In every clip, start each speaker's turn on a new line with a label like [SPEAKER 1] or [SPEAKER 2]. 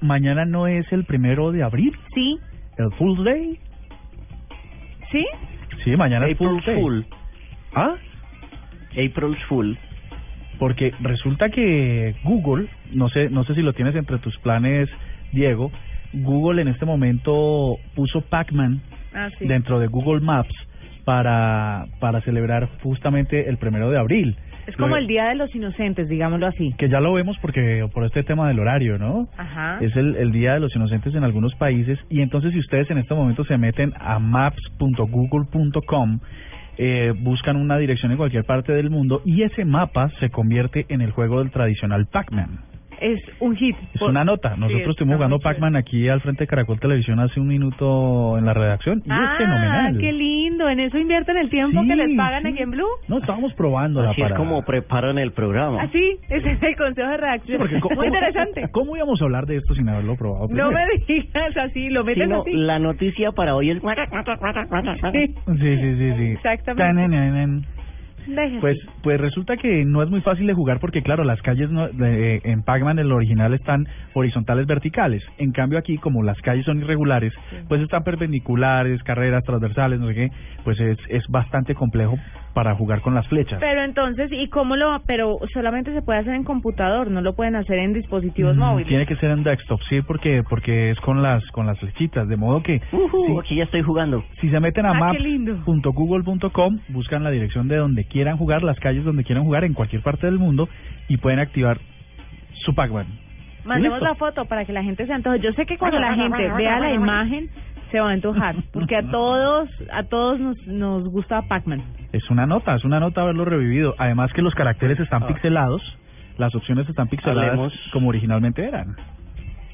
[SPEAKER 1] mañana no es el primero de abril,
[SPEAKER 2] ¿Sí?
[SPEAKER 1] el Full Day.
[SPEAKER 2] ¿Sí?
[SPEAKER 1] Sí, mañana es Full
[SPEAKER 3] April's
[SPEAKER 1] Day.
[SPEAKER 3] Fool.
[SPEAKER 1] Ah,
[SPEAKER 3] April's Fool.
[SPEAKER 1] porque resulta que Google, no sé, no sé si lo tienes entre tus planes, Diego, Google en este momento puso Pac-Man
[SPEAKER 2] Ah, sí.
[SPEAKER 1] dentro de Google Maps para, para celebrar justamente el primero de abril.
[SPEAKER 2] Es como
[SPEAKER 1] Lo-
[SPEAKER 2] el Día de los Inocentes, digámoslo así.
[SPEAKER 1] que ya lo vemos porque por este tema del horario, ¿no?
[SPEAKER 2] Ajá.
[SPEAKER 1] Es el, el Día de los Inocentes en algunos países y entonces si ustedes en este momento se meten a maps.google.com, eh, buscan una dirección en cualquier parte del mundo y ese mapa se convierte en el juego del tradicional Pac-Man.
[SPEAKER 2] Es un hit.
[SPEAKER 1] Es
[SPEAKER 2] Por-
[SPEAKER 1] una nota, nosotros
[SPEAKER 2] Pues, Sí, está
[SPEAKER 1] estuvimos jugando
[SPEAKER 2] muy chévere.
[SPEAKER 1] Pac-Man aquí al frente de Caracol Televisión hace un minuto en la redacción y
[SPEAKER 2] ah,
[SPEAKER 1] es fenomenal.
[SPEAKER 2] qué lindo. En eso invierten el tiempo que
[SPEAKER 1] Sí,
[SPEAKER 2] les pagan
[SPEAKER 1] sí.
[SPEAKER 2] aquí en Blue.
[SPEAKER 1] No, estábamos probando
[SPEAKER 3] Así
[SPEAKER 1] la
[SPEAKER 3] es como preparan el programa.
[SPEAKER 2] Así, ese es el consejo de redacción. Muy interesante.
[SPEAKER 1] ¿Cómo íbamos a hablar de esto sin haberlo probado?
[SPEAKER 2] No
[SPEAKER 1] primero?
[SPEAKER 2] me digas así, lo meten
[SPEAKER 3] Sino,
[SPEAKER 2] así.
[SPEAKER 3] la noticia para hoy es...
[SPEAKER 2] Sí.
[SPEAKER 1] Sí, sí, sí, sí.
[SPEAKER 2] Exactamente.
[SPEAKER 1] Tanananan.
[SPEAKER 2] Déjese.
[SPEAKER 1] Pues, pues resulta que no es muy fácil de jugar porque, claro, las calles no- de- en Pac-Man, el original, están horizontales, verticales. En cambio aquí, como las calles son irregulares, pues están perpendiculares, carreras, transversales, no sé qué, pues es, es bastante complejo para jugar con las flechas.
[SPEAKER 2] Pero entonces, ¿y cómo lo...? Pero solamente se puede hacer en computador, no lo pueden hacer en dispositivos
[SPEAKER 1] Mm,
[SPEAKER 2] móviles.
[SPEAKER 1] Tiene que ser en desktop, sí, porque, porque es con las, con las flechitas, de modo que...
[SPEAKER 3] Ujú,
[SPEAKER 1] sí,
[SPEAKER 3] Aquí ya estoy jugando.
[SPEAKER 1] Si se meten a
[SPEAKER 2] Ah, qué lindo.
[SPEAKER 1] maps.google.com, buscan la dirección de donde quieran jugar, las calles donde quieran jugar en cualquier parte del mundo y pueden activar su Pac-Man.
[SPEAKER 2] Mandemos
[SPEAKER 1] Listo.
[SPEAKER 2] la foto para que la gente se antoje. Yo sé que cuando la gente vea la imagen se va a antojar, porque a todos a todos nos, nos gusta Pac-Man.
[SPEAKER 1] Es una nota, es una nota haberlo revivido. Además que los caracteres están pixelados, las opciones están pixeladas
[SPEAKER 3] Hablemos.
[SPEAKER 1] como originalmente eran.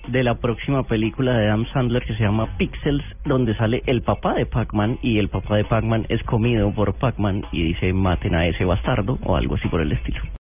[SPEAKER 3] De la próxima película de Adam Sandler que se llama Pixels, donde sale el papá de Pac-Man y el papá de Pac-Man es comido por Pac-Man y dice maten a ese bastardo o algo así por el estilo.